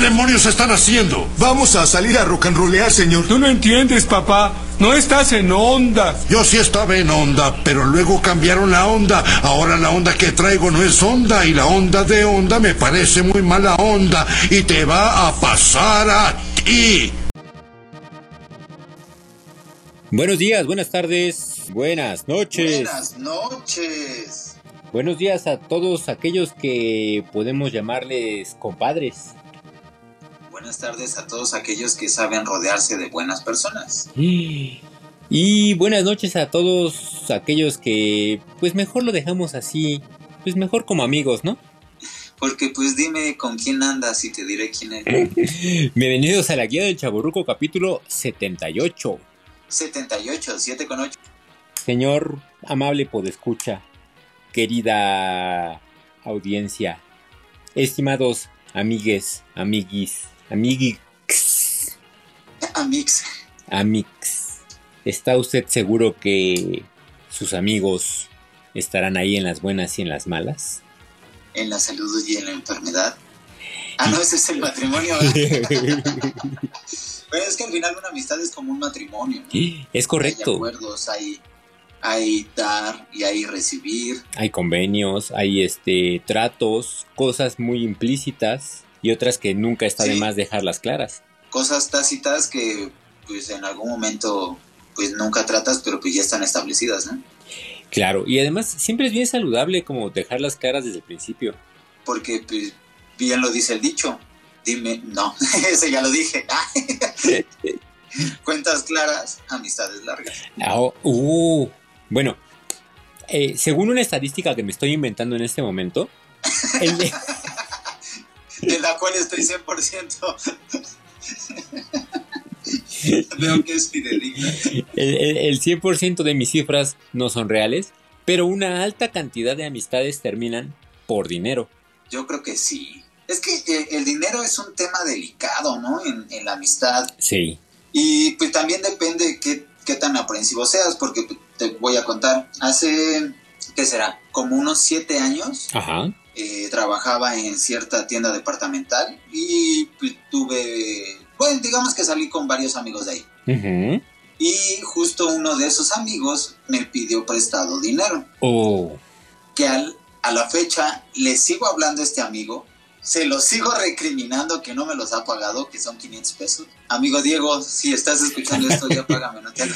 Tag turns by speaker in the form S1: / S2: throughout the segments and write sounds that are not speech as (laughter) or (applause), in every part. S1: demonios están haciendo?
S2: Vamos a salir a rock and rollear, señor.
S3: Tú no entiendes, papá. No estás en onda.
S1: Yo sí estaba en onda, pero luego cambiaron la onda. Ahora la onda que traigo no es onda y la onda de onda me parece muy mala onda y te va a pasar a ti.
S4: Buenos días, buenas tardes, buenas noches.
S5: Buenas noches.
S4: Buenos días a todos aquellos que podemos llamarles compadres.
S5: Buenas tardes a todos aquellos que saben rodearse de buenas personas.
S4: Y buenas noches a todos aquellos que pues mejor lo dejamos así, pues mejor como amigos, ¿no?
S5: Porque pues dime con quién andas y te diré quién eres.
S4: Bienvenidos a la guía del Chaburruco capítulo 78.
S5: 78, 7 con 8.
S4: Señor amable podescucha, querida audiencia, estimados amigues, amiguis, amiguix.
S5: Amix.
S4: Amix. ¿Está usted seguro que sus amigos estarán ahí en las buenas y en las malas?
S5: En la salud y en la enfermedad. Ah, no, ese es el matrimonio.
S4: (laughs)
S5: Pero es que al final una amistad es como un matrimonio. ¿no?
S4: Es correcto.
S5: Hay acuerdos, hay hay dar y hay recibir.
S4: Hay convenios, hay este tratos, cosas muy implícitas y otras que nunca está sí. de más dejarlas claras.
S5: Cosas tácitas que pues en algún momento pues nunca tratas, pero pues ya están establecidas, ¿no?
S4: Claro, y además siempre es bien saludable como dejarlas claras desde el principio.
S5: Porque pues, bien lo dice el dicho, dime, no, (laughs) ese ya lo dije. Cuentas claras, amistades largas.
S4: Oh, uh. Bueno, eh, según una estadística que me estoy inventando en este momento,
S5: el de... de... la cual estoy 100%. (laughs) Veo que es fidedigna.
S4: El, el, el 100% de mis cifras no son reales, pero una alta cantidad de amistades terminan por dinero.
S5: Yo creo que sí. Es que eh, el dinero es un tema delicado, ¿no? En, en la amistad.
S4: Sí.
S5: Y pues también depende de qué, qué tan aprensivo seas, porque te voy a contar. Hace, ¿qué será? Como unos siete años.
S4: Ajá.
S5: Eh, trabajaba en cierta tienda departamental y pues, tuve, bueno, digamos que salí con varios amigos de ahí.
S4: Uh -huh.
S5: Y justo uno de esos amigos me pidió prestado dinero.
S4: Oh.
S5: Que al, a la fecha le sigo hablando a este amigo, se lo sigo recriminando que no me los ha pagado, que son 500 pesos. Amigo Diego, si estás escuchando esto, ya págame, no te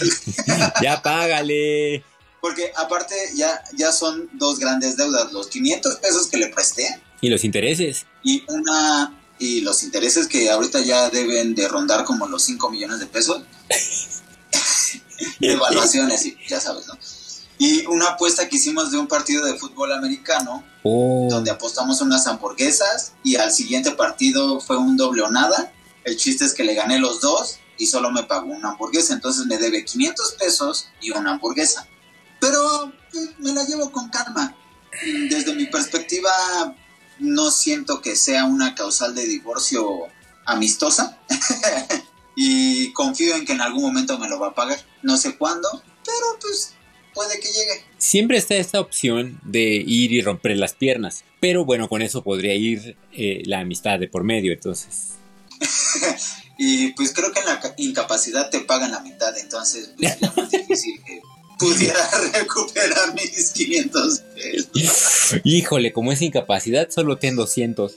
S4: Ya págale.
S5: Porque aparte ya, ya son dos grandes deudas, los 500 pesos que le presté.
S4: Y los intereses.
S5: Y una y los intereses que ahorita ya deben de rondar como los 5 millones de pesos. de evaluaciones y ya sabes, ¿no? y una apuesta que hicimos de un partido de fútbol americano
S4: oh.
S5: donde apostamos unas hamburguesas y al siguiente partido fue un doble o nada. El chiste es que le gané los dos y solo me pagó una hamburguesa, entonces me debe 500 pesos y una hamburguesa. Pero pues, me la llevo con calma. Desde mi perspectiva no siento que sea una causal de divorcio amistosa (laughs) y confío en que en algún momento me lo va a pagar. No sé cuándo, pero pues puede que llegue.
S4: Siempre está esta opción de ir y romper las piernas, pero bueno, con eso podría ir eh, la amistad de por medio, entonces.
S5: y pues creo que en la incapacidad te pagan la mitad, entonces pues, sería más difícil que pudiera (laughs) recuperar mis 500 pesos. (laughs)
S4: Híjole, como es incapacidad, solo ten 200.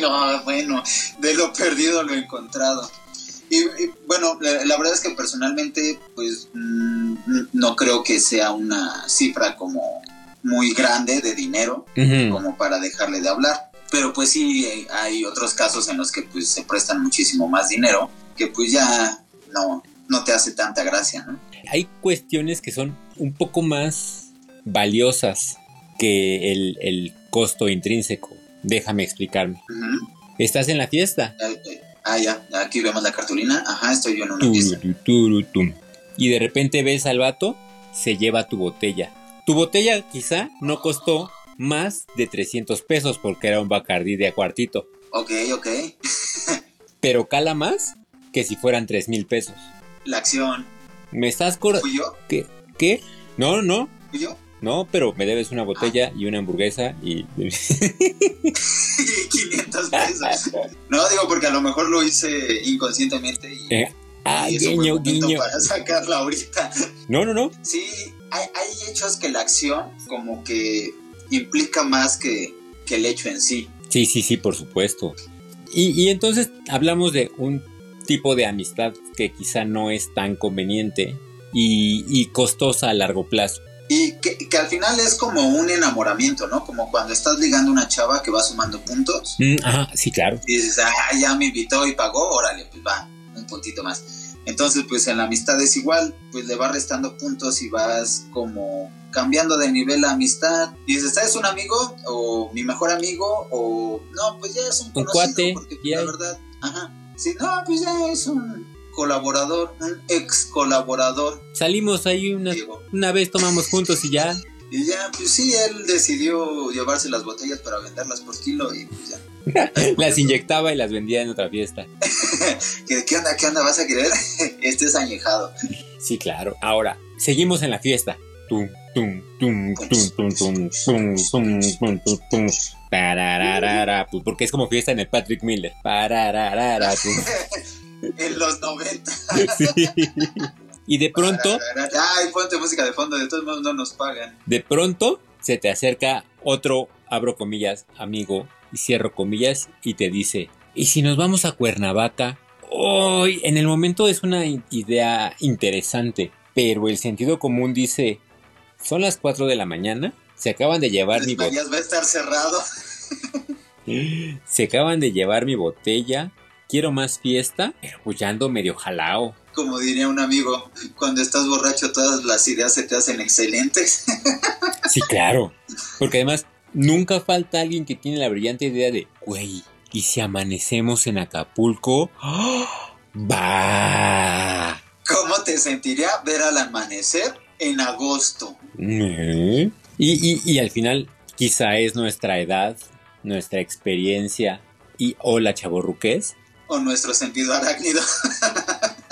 S5: no, bueno, de lo perdido lo encontrado. Y, y, bueno, la, la, verdad es que personalmente, pues mmm, no creo que sea una cifra como muy grande de dinero, uh
S4: Mm.
S5: -huh. como para dejarle de hablar. Pero pues sí, hay otros casos en los que pues se prestan muchísimo más dinero, que pues ya no, no te hace tanta gracia, ¿no?
S4: Hay cuestiones que son un poco más valiosas que el, el costo intrínseco. Déjame explicarme.
S5: Uh -huh.
S4: Estás en la fiesta.
S5: Okay. Ah, ya, aquí vemos la cartulina. Ajá, estoy yo en una
S4: tu,
S5: fiesta.
S4: Tu, tu, y de repente ves al vato, se lleva tu botella. Tu botella quizá no costó más de 300 pesos porque era un Bacardí de a cuartito.
S5: Ok, ok.
S4: Pero cala más que si fueran 3 mil pesos.
S5: La acción.
S4: ¿Me estás cortando?
S5: ¿Fui yo?
S4: ¿Qué? ¿Qué? No, no.
S5: ¿Fui yo? (laughs)
S4: No, pero me debes una botella y una hamburguesa y...
S5: 500 pesos. No, digo, porque a lo mejor lo hice inconscientemente y,
S4: (laughs) Eh, ah,
S5: y eso fue
S4: guiño,
S5: el momento
S4: guiño.
S5: para sacarla ahorita.
S4: No, no, no.
S5: Sí, hay, hay hechos que la acción como que implica más que, que el hecho en sí.
S4: Sí, sí, sí, por supuesto. Y, y entonces hablamos de un tipo de amistad que quizá no es tan conveniente y, y costosa a largo plazo.
S5: Y que, que al final es como un enamoramiento, ¿no? Como cuando estás ligando a una chava que va sumando puntos
S4: Mm, ajá, sí, claro.
S5: y dices, ah, ya me invitó y pagó, órale, pues va, un puntito más. Entonces, pues en la amistad es igual, pues le vas restando puntos y vas como cambiando de nivel la amistad. Y dices, ¿es un amigo? ¿O mi mejor amigo? ¿O no? Pues ya es un conocido.
S4: cuate,
S5: porque pues,
S4: ya.
S5: la verdad, ajá. Sí, no, pues ya es un colaborador, un ex colaborador,
S4: Salimos ahí una,
S5: digo.
S4: una vez, tomamos juntos y ya.
S5: Y ya, pues sí, él decidió llevarse las botellas para venderlas por kilo y pues ya.
S4: Las inyectaba y las vendía en otra fiesta.
S5: ¿Qué, qué onda, qué onda? ¿Vas a querer? (laughs) este es añejado.
S4: Sí, claro. Ahora, seguimos en la fiesta. Tum, tum, tum, tum, tum, tum, tum, tum, tum, tum, tum. Tarararara, pu- Porque es como fiesta en el Patrick Miller. Parararara, pu-
S5: En los 90.
S4: Sí. Y de pronto,
S5: Ay, ponte música de fondo, de todos modos no nos pagan.
S4: de pronto, se te acerca otro, abro comillas, amigo, y cierro comillas, y te dice, ¿y si nos vamos a Cuernavaca? Hoy, en el momento es una i- idea interesante, pero el sentido común dice, son las 4 de la mañana, se acaban de llevar mi
S5: Tres
S4: botella.
S5: Marías va a estar cerrado.
S4: Se acaban de llevar mi botella. Quiero más fiesta, pero pues ya ando medio jalao.
S5: Como diría un amigo, cuando estás borracho todas las ideas se te hacen excelentes. (laughs)
S4: Sí, claro. Porque además, nunca falta alguien que tiene la brillante idea de, güey, ¿y si amanecemos en Acapulco? (gasps) ¡Ah! ¡Va!
S5: ¿Cómo te sentiría ver al amanecer en agosto?
S4: ¿Eh? Y, y- y al final, quizá es nuestra edad, nuestra experiencia y hola chaborruques.
S5: O nuestro sentido arácnido.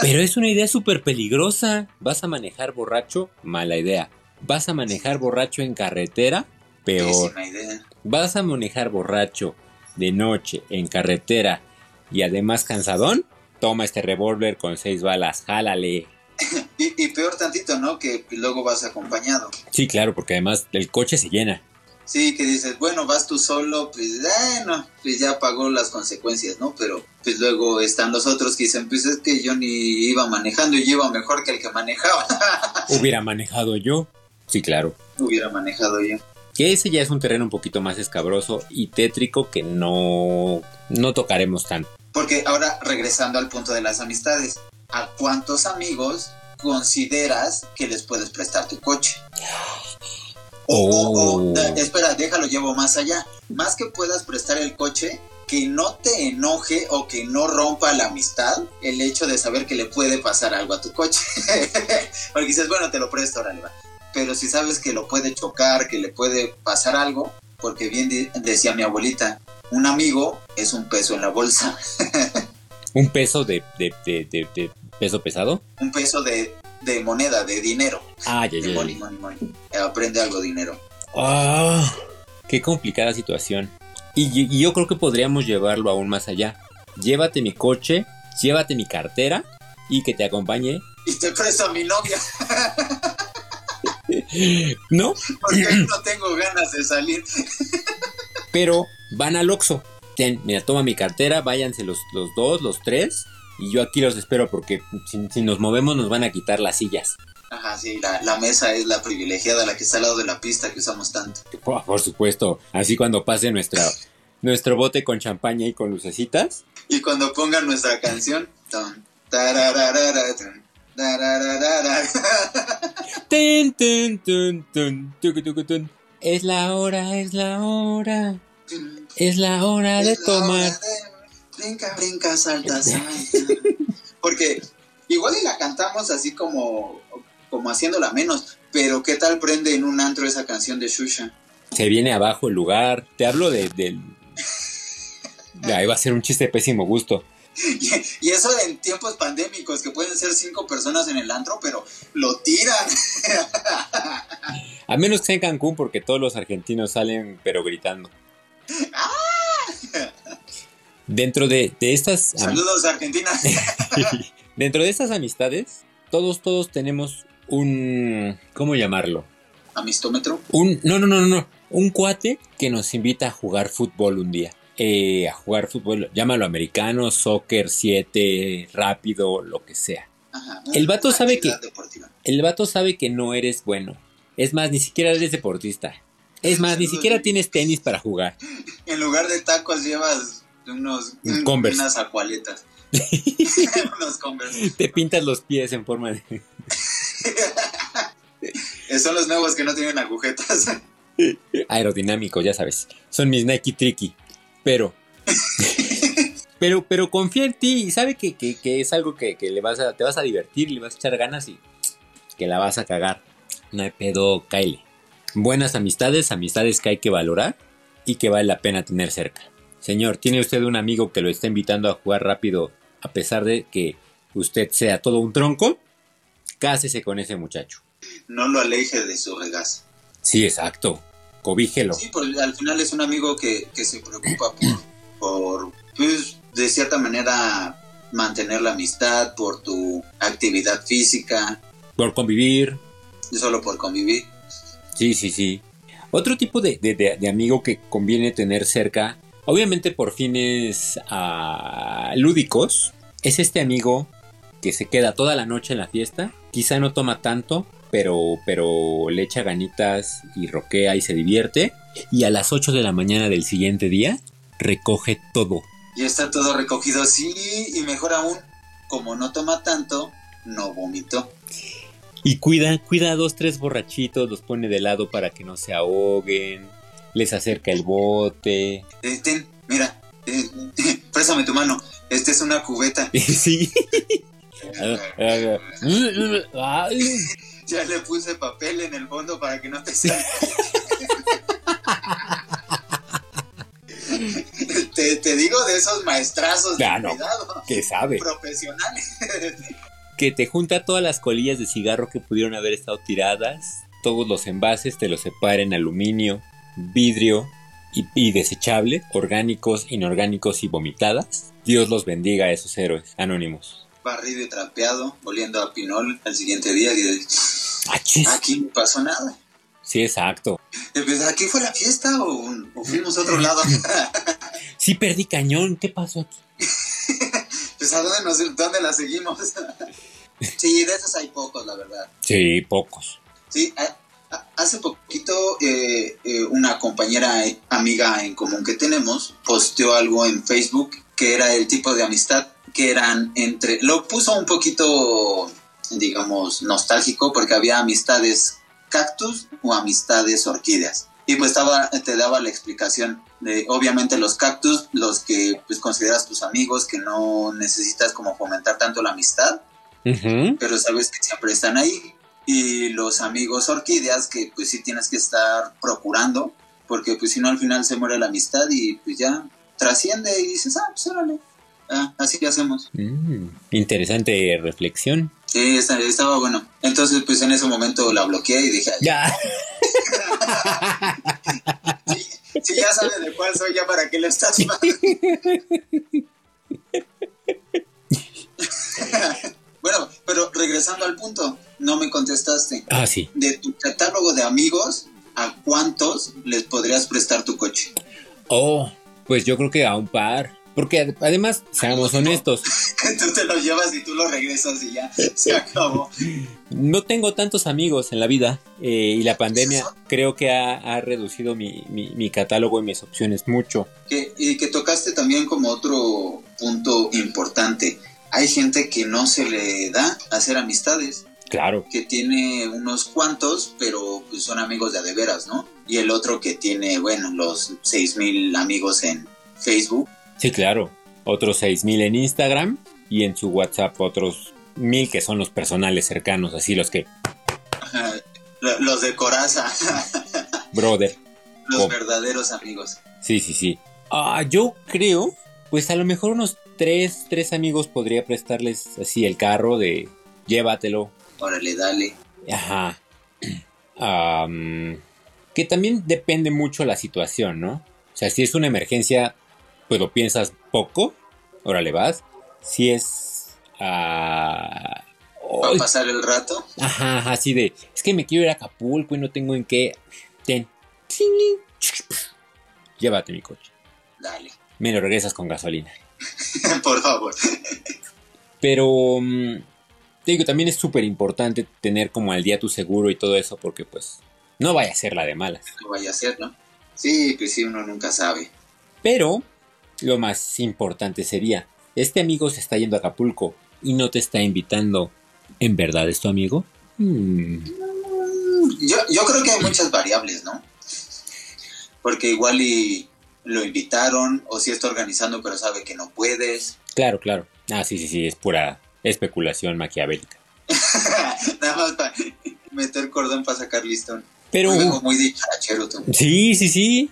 S4: Pero es una idea súper peligrosa. ¿Vas a manejar borracho? Mala idea. ¿Vas a manejar borracho en carretera? Peor.
S5: Pésima idea.
S4: ¿Vas a manejar borracho de noche en carretera y además cansadón? Toma este revólver con seis balas, jálale.
S5: Y, y peor tantito, ¿no? Que luego vas acompañado.
S4: Sí, claro, porque además el coche se llena.
S5: Sí, que dices, bueno, vas tú solo, pues bueno, pues ya pagó las consecuencias, ¿no? Pero pues luego están los otros que dicen, pues es que yo ni iba manejando, yo iba mejor que el que manejaba. (laughs)
S4: ¿Hubiera manejado yo? Sí, claro.
S5: Hubiera manejado yo.
S4: Que ese ya es un terreno un poquito más escabroso y tétrico que no, no tocaremos tanto.
S5: Porque ahora, regresando al punto de las amistades, ¿a cuántos amigos consideras que les puedes prestar tu coche? O, o- o,
S4: Oh.
S5: da- espera, déjalo, llevo más allá. Más que puedas prestar el coche, que no te enoje o que no rompa la amistad el hecho de saber que le puede pasar algo a tu coche. (laughs) Porque dices, bueno, te lo presto, órale, va. Pero si sabes que lo puede chocar, que le puede pasar algo, porque bien di- decía mi abuelita, un amigo es un peso en la bolsa.
S4: ¿Un peso de, de- de- de- de peso pesado?
S5: un peso de, de moneda, de dinero.
S4: Ah, ya,
S5: De
S4: ya,
S5: money,
S4: ya.
S5: money, money. Eh, Aprende algo, dinero.
S4: Ah, qué complicada situación. Y, y- y yo creo que podríamos llevarlo aún más allá. Llévate mi coche, llévate mi cartera y que te acompañe.
S5: Y te presto a mi novia, (laughs)
S4: No,
S5: porque hoy no tengo ganas de salir.
S4: pero van al Oxxo. Ten, mira, toma mi cartera, váyanse los, los dos, los tres. Y yo aquí los espero porque si, si nos movemos nos van a quitar las sillas. (laughs)
S5: Ajá, sí, la, la mesa es la privilegiada, la que está al lado de la pista que usamos tanto.
S4: Por, por supuesto, así cuando pase nuestra, nuestro bote con champaña y con lucecitas.
S5: Y cuando pongan nuestra canción, ton, tarararara, ton, tarararara. (laughs)
S4: Tun, tun, tun, tun, tucu, tucu, tun. Es la hora, es la hora. Es la hora de
S5: Es la hora
S4: tomar.
S5: de- Brinca, brinca, salta, salta. Porque igual y la cantamos así como, como haciéndola menos, pero ¿qué tal prende en un antro esa canción de Shusha?
S4: Se viene abajo el lugar. Te hablo de,
S5: (laughs)
S4: del. Ya, iba a ser un chiste de pésimo gusto.
S5: Y, (laughs) y eso en tiempos pandémicos, que pueden ser cinco personas en el antro, pero lo tiran.
S4: A menos que sea en Cancún, porque todos los argentinos salen, pero gritando.
S5: ¡Ah!
S4: Dentro de, de estas. am-
S5: Saludos, Argentina. (laughs)
S4: Dentro de estas amistades, todos, todos tenemos un. ¿Cómo llamarlo?
S5: Amistómetro.
S4: Un. No, no, no, no, no. Un cuate que nos invita a jugar fútbol un día. Eh, a jugar fútbol, llámalo americano, soccer, 7, rápido, lo que sea.
S5: Ajá.
S4: El vato sabe
S5: Actividad deportiva.
S4: El vato sabe que no eres bueno. Es más, ni siquiera eres deportista. Es más, ni siquiera tienes tenis para jugar.
S5: En lugar de tacos llevas unos
S4: Un Converse. (laughs)
S5: unas acualetas. (laughs) unos Converse.
S4: Te pintas los pies en forma de...
S5: Eh, Son los nuevos que no tienen agujetas.
S4: aerodinámico, ya sabes. Son mis Nike Tricky. Pero. (laughs) pero, pero confía en ti y sabe que, que- que es algo que, que le vas a, te vas a divertir, le vas a echar ganas y que la vas a cagar. No hay pedo, Kyle. Buenas amistades, amistades que hay que valorar y que vale la pena tener cerca. Señor, ¿tiene usted un amigo que lo está invitando a jugar rápido a pesar de que usted sea todo un tronco? Cásese con ese muchacho.
S5: No lo aleje de su regazo.
S4: Sí, exacto. Cobíjelo.
S5: Sí, porque al final es un amigo que, que se preocupa por, por, pues, de cierta manera, mantener la amistad, por tu actividad física,
S4: Por convivir,
S5: solo por convivir.
S4: Sí, sí, sí. Otro tipo de, de- de- de amigo que conviene tener cerca, obviamente por fines ah, lúdicos, es este amigo que se queda toda la noche en la fiesta. Quizá no toma tanto, pero, pero le echa ganitas y roquea y se divierte. Y a las 8 de la mañana del siguiente día recoge todo.
S5: Y está todo recogido, sí, y mejor aún, como no toma tanto, no vomitó.
S4: Y cuida, cuida a dos, tres borrachitos, los pone de lado para que no se ahoguen, les acerca el bote.
S5: Eh, ten, mira, eh, (laughs) préstame tu mano, esta es
S4: (laughs)
S5: una cubeta.
S4: Sí. Ay,
S5: Ya le puse papel en el fondo para que no te salga. te, te digo de esos maestrazos de
S4: Ah, no.
S5: cuidado,
S4: que sabe.
S5: profesionales.
S4: Que te junta todas las colillas de cigarro que pudieron haber estado tiradas. Todos los envases te los separa en aluminio, vidrio y, y desechable, orgánicos, inorgánicos y vomitadas. Dios los bendiga a esos héroes anónimos.
S5: Barrido y trapeado, oliendo a pinol al siguiente día. Y
S4: ¡Achis!
S5: aquí no pasó nada.
S4: Ah, Sí, exacto.
S5: Y pues, ¿Aquí fue la fiesta o, o fuimos a
S4: (laughs)
S5: otro lado?
S4: Sí, perdí cañón. ¿Qué pasó aquí?
S5: pues, ¿a dónde, nos- dónde la seguimos? sí, de esos hay pocos, la verdad.
S4: Sí, pocos.
S5: Sí, a- a- hace poquito eh, eh, una compañera eh, amiga en común que tenemos posteó algo en Facebook que era el tipo de amistad que eran entre... Lo puso un poquito, digamos, nostálgico porque había amistades cactus o amistades orquídeas. Y pues estaba, te daba la explicación de, obviamente, los cactus, los que pues, consideras tus amigos, que no necesitas como fomentar tanto la amistad,
S4: Ujú.
S5: pero sabes que siempre están ahí. Y los amigos orquídeas que pues sí tienes que estar procurando, porque pues si no al final se muere la amistad y pues ya trasciende y dices, ah, pues órale, Ah, así que hacemos.
S4: Mm, interesante reflexión.
S5: Sí, esta- estaba bueno. Entonces pues en ese momento la bloqueé y dije, "Ay,
S4: Ya.
S5: si ya sabe de cuál soy, ya para qué le estás (laughs) Bueno, pero regresando al punto, no me contestaste.
S4: Ah, sí.
S5: de tu catálogo de amigos, ¿a cuántos les podrías prestar tu coche? (laughs)
S4: Oh, pues yo creo que a un par. Porque ad- además, seamos honestos,
S5: Tú te lo llevas y tú lo regresas y ya se acabó.
S4: no tengo tantos amigos en la vida eh, y la pandemia creo que ha, ha reducido mi, mi- mi catálogo y mis opciones mucho.
S5: Que, y que tocaste también como otro punto importante. Hay gente que no se le da hacer amistades,
S4: Claro.
S5: que tiene unos cuantos, pero pues, son amigos de a de veras, ¿no? Y el otro que tiene, bueno, los 6000 amigos en Facebook.
S4: Sí, claro. Otros 6.000 en Instagram y en su WhatsApp otros 1.000 que son los personales cercanos, así los que,
S5: Ajá, lo- Los de coraza, (laughs)
S4: brother.
S5: los
S4: Oh.
S5: verdaderos amigos.
S4: Sí, sí, sí. Ah, yo creo, pues a lo mejor unos tres, tres amigos podría prestarles así el carro de llévatelo,
S5: Órale, dale.
S4: Ajá. Am, que también depende mucho la situación, ¿no? O sea, si es una emergencia, pues lo piensas poco, órale vas. Si es... ah,
S5: para
S4: ay,
S5: pasar el rato.
S4: Ajá, ajá, así de, es que me quiero ir a Acapulco y no tengo en qué. Ten. Tling, chic, pf. Llévate mi coche.
S5: Dale, (laughs)
S4: Me lo regresas con gasolina.
S5: por favor.
S4: Pero, mm, te digo, también es súper importante tener como al día tu seguro y todo eso porque pues no vaya a ser la de malas.
S5: Lo vaya a hacer, ¿no? Sí, pues sí, uno nunca sabe.
S4: Pero, lo más importante sería, este amigo se está yendo a Acapulco y no te está invitando. ¿En verdad es tu amigo? Hmm.
S5: Yo, yo creo que hay muchas variables, ¿no? Porque igual y lo invitaron, o si está organizando, pero sabe que no puedes. (laughs)
S4: Claro, claro. Ah, sí, sí, sí, es pura especulación maquiavélica.
S5: Nada más para meter cordón para sacar listón.
S4: Pero...
S5: Hoy vengo muy dicharachero tú.
S4: Sí, sí, sí.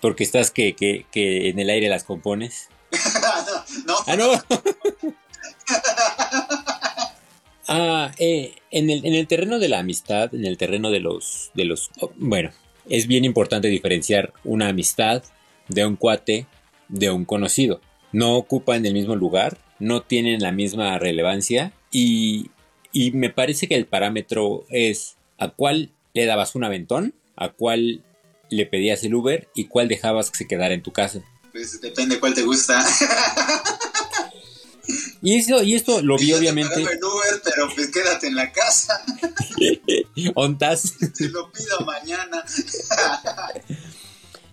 S4: Porque estás que, que, que en el aire las compones.
S5: no, no,
S4: ¡Ah, no! ah, eh, en, el, en el terreno de la amistad, en el terreno de los, de los... Bueno, es bien importante diferenciar una amistad de un cuate, de un conocido. No ocupan el mismo lugar, no tienen la misma relevancia y, y me parece que el parámetro es a cuál le dabas un aventón, a cuál le pedías el Uber y cuál dejabas que se quedara en tu casa.
S5: pues depende cuál te gusta.
S4: Y, eso, y esto lo vi
S5: (laughs) Yo te
S4: obviamente...
S5: pagaba el Uber, pero pues quédate en la casa. (laughs)
S4: Ontas.
S5: Te lo pido mañana.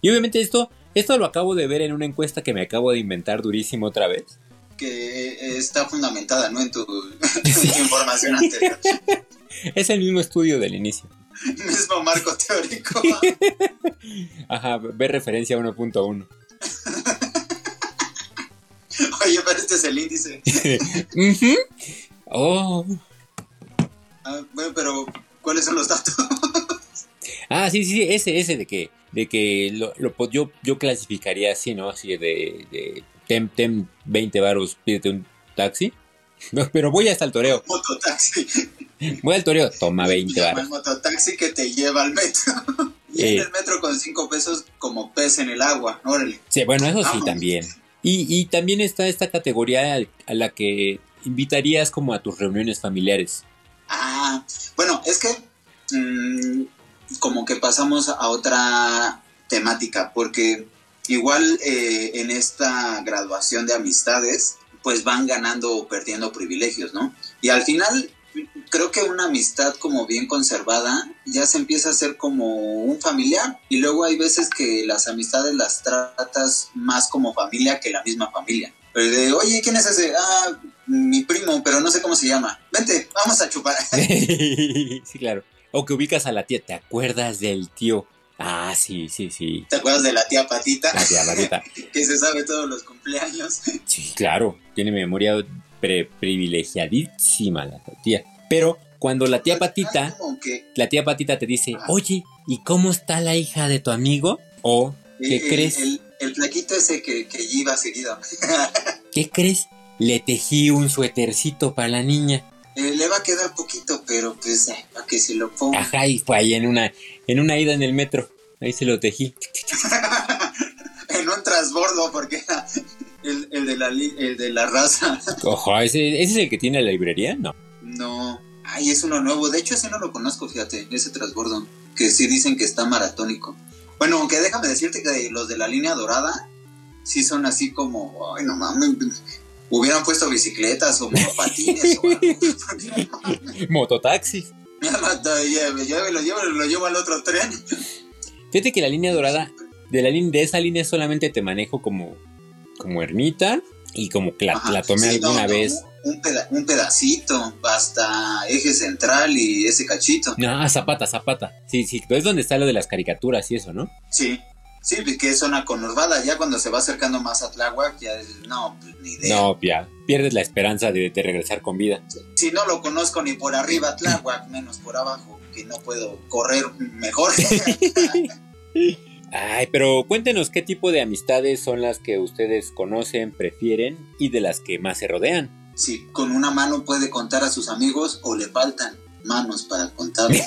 S4: Y obviamente esto, esto lo acabo de ver en una encuesta que me acabo de inventar durísimo otra vez.
S5: Que eh, está fundamentada, ¿no? En tu, (laughs) en tu información anterior. (laughs)
S4: Es el mismo estudio del inicio.
S5: Mismo marco teórico.
S4: Ajá, ve referencia 1.1.
S5: Oye, pero este es el índice.
S4: Ujú. Oh.
S5: Ah, bueno, pero ¿cuáles son los datos? (laughs)
S4: Ah, sí, sí, sí, ese, ese de que, de que lo, lo po- yo, yo clasificaría así, ¿no? Así de, de tem, tem 20 varos, pídete un taxi. (laughs) No, pero voy hasta el toreo.
S5: mototaxi.
S4: Voy al toreo, toma 20
S5: Llama
S4: varos.
S5: el mototaxi que te lleva al metro. (laughs) Y
S4: Eh.
S5: en el metro con cinco pesos como pez en el agua. Órale.
S4: Sí, bueno, eso sí también. Y, y también está esta categoría al- a la que invitarías como a tus reuniones familiares. (laughs)
S5: Ah, bueno, es que mm, como que pasamos a otra temática, porque igual eh, en esta graduación de amistades, pues van ganando o perdiendo privilegios, ¿no? Y al final, creo que una amistad como bien conservada ya se empieza a ser como un familiar, y luego hay veces que las amistades las tratas más como familia que la misma familia. Pero de, oye, ¿quién es ese? Ah, mi primo, pero no sé cómo se llama. Vente, vamos a chupar.
S4: sí, claro. O que ubicas a la tía, ¿te acuerdas del tío? Ah, sí, sí, sí.
S5: ¿Te acuerdas de la tía Patita?
S4: La tía Marita.
S5: Que se sabe todos los cumpleaños.
S4: Sí, claro. Tiene memoria pre- privilegiadísima la tía. Pero cuando la tía
S5: Es
S4: Patita,
S5: Ah, como que,
S4: la tía Patita te dice, oye, ¿y cómo está la hija de tu amigo? O, ¿qué
S5: eh, el,
S4: crees?
S5: El, el plaquito ese que, que lleva seguido.
S4: ¿qué crees? Le tejí un suétercito para la niña.
S5: Eh, le va a quedar poquito, pero pues eh, para que se lo ponga.
S4: Ajá, y fue ahí en una, en una ida en el metro. Ahí se lo tejí. Ah.
S5: En un transbordo, porque (laughs) era el, el, de, la, li- el de la raza.
S4: Ojo, ¿ese, ¿ese es el que tiene la librería? No.
S5: No. Ay, es uno nuevo. De hecho, ese no lo conozco, fíjate. Ese transbordo. Que sí dicen que está maratónico. Bueno, aunque déjame decirte que los de la línea dorada sí son así como. Ay, no mames. Hubieran puesto
S4: (laughs)
S5: bicicletas o patines o algo. (laughs)
S4: Mototaxi.
S5: Mata, llévelo, llévelo, llévelo, lo llevo al otro tren.
S4: Fíjate que la línea dorada, de, la lin- de esa línea solamente te manejo como, como ermita y como que la,
S5: Ajá.
S4: Ah, la tomé
S5: Sí, no,
S4: alguna
S5: no,
S4: vez.
S5: Un, peda- un pedacito hasta eje central y ese cachito.
S4: No, Zapata, Zapata. Sí, sí, es donde está lo de las caricaturas y eso, ¿no?
S5: Sí. Sí, pues, que es zona conurbada. Ya cuando se va acercando más a Tláhuac, ya es- no, pues, ni idea.
S4: No, ya, pierdes la esperanza de, de regresar con vida.
S5: Si no lo conozco ni por arriba Tláhuac, menos por abajo, que no puedo correr mejor.
S4: Ay, pero cuéntenos qué tipo de amistades son las que ustedes conocen, prefieren y de las que más se rodean.
S5: si con una mano puede contar a sus amigos o le faltan. manos para contarlo.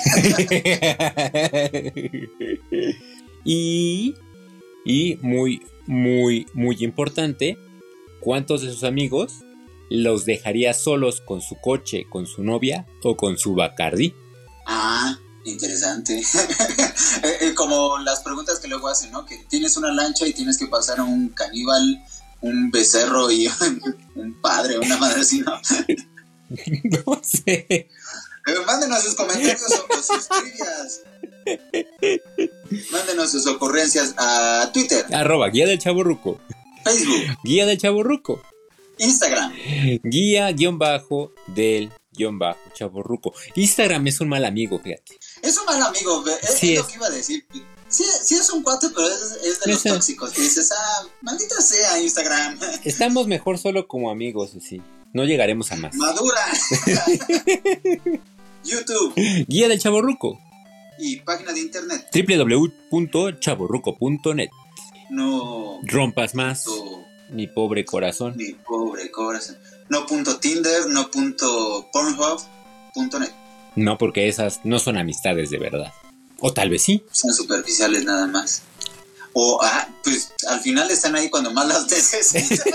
S4: y, y muy, muy, muy importante, ¿cuántos de sus amigos los dejaría solos con su coche, con su novia o con su Bacardi? (laughs)
S5: Ah, interesante. (laughs) Eh, eh, Como las preguntas que luego hacen, ¿no? Que tienes una lancha y tienes que pasar a un caníbal, un becerro y (laughs) un padre, una madre así, ¿no?
S4: no sé.
S5: Eh, Mándenos sus comentarios o sus trivias. Mándenos sus ocurrencias a Twitter,
S4: Arroba guía del chaborruco.
S5: Facebook,
S4: Guía del chaborruco.
S5: Instagram.
S4: Guía guión bajo del guión bajo chaborruco. Instagram es un mal amigo, fíjate.
S5: Es un mal amigo, ve, es,
S4: Sí
S5: es lo
S4: es.
S5: que iba a decir. Sí, sí es un cuate, pero es, es de los
S4: Ese.
S5: tóxicos. Que dices, ah, maldita sea Instagram. (laughs)
S4: Estamos mejor solo como amigos, sí. No llegaremos a más. (laughs)
S5: Madura. YouTube
S4: Guía del chaborruco.
S5: y página de internet.
S4: www.chaborruco.net.
S5: No.
S4: Rompas más,
S5: punto-
S4: mi pobre corazón.
S5: Mi pobre corazón. No punto Tinder, no punto Pornhub, punto net.
S4: No, porque esas no son amistades de verdad. O tal vez sí.
S5: Son superficiales nada más. O, ah, pues al final están ahí cuando más las necesitas.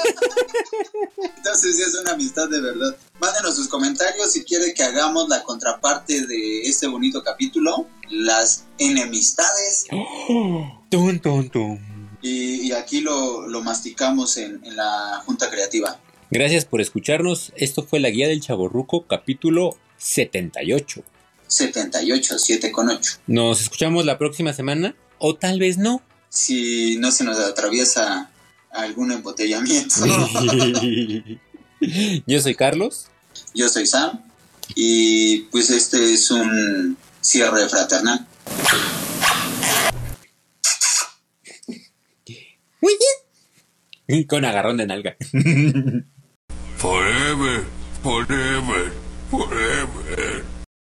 S5: (laughs) Entonces sí es una amistad de verdad. Mándenos sus comentarios si quiere que hagamos la contraparte de este bonito capítulo, las enemistades.
S4: Tum, tum, tum.
S5: Y, y aquí lo, lo masticamos en, en la Junta Creativa.
S4: Gracias por escucharnos. Esto fue la guía del Chaborruco, capítulo 78.
S5: 78, 7 con 8.
S4: Nos escuchamos la próxima semana, o tal vez no.
S5: Si no se nos atraviesa algún embotellamiento.
S4: Yo soy Carlos.
S5: Yo soy Sam y pues este es un cierre fraternal.
S4: Con agarrón de nalga.
S1: Forever, forever, forever.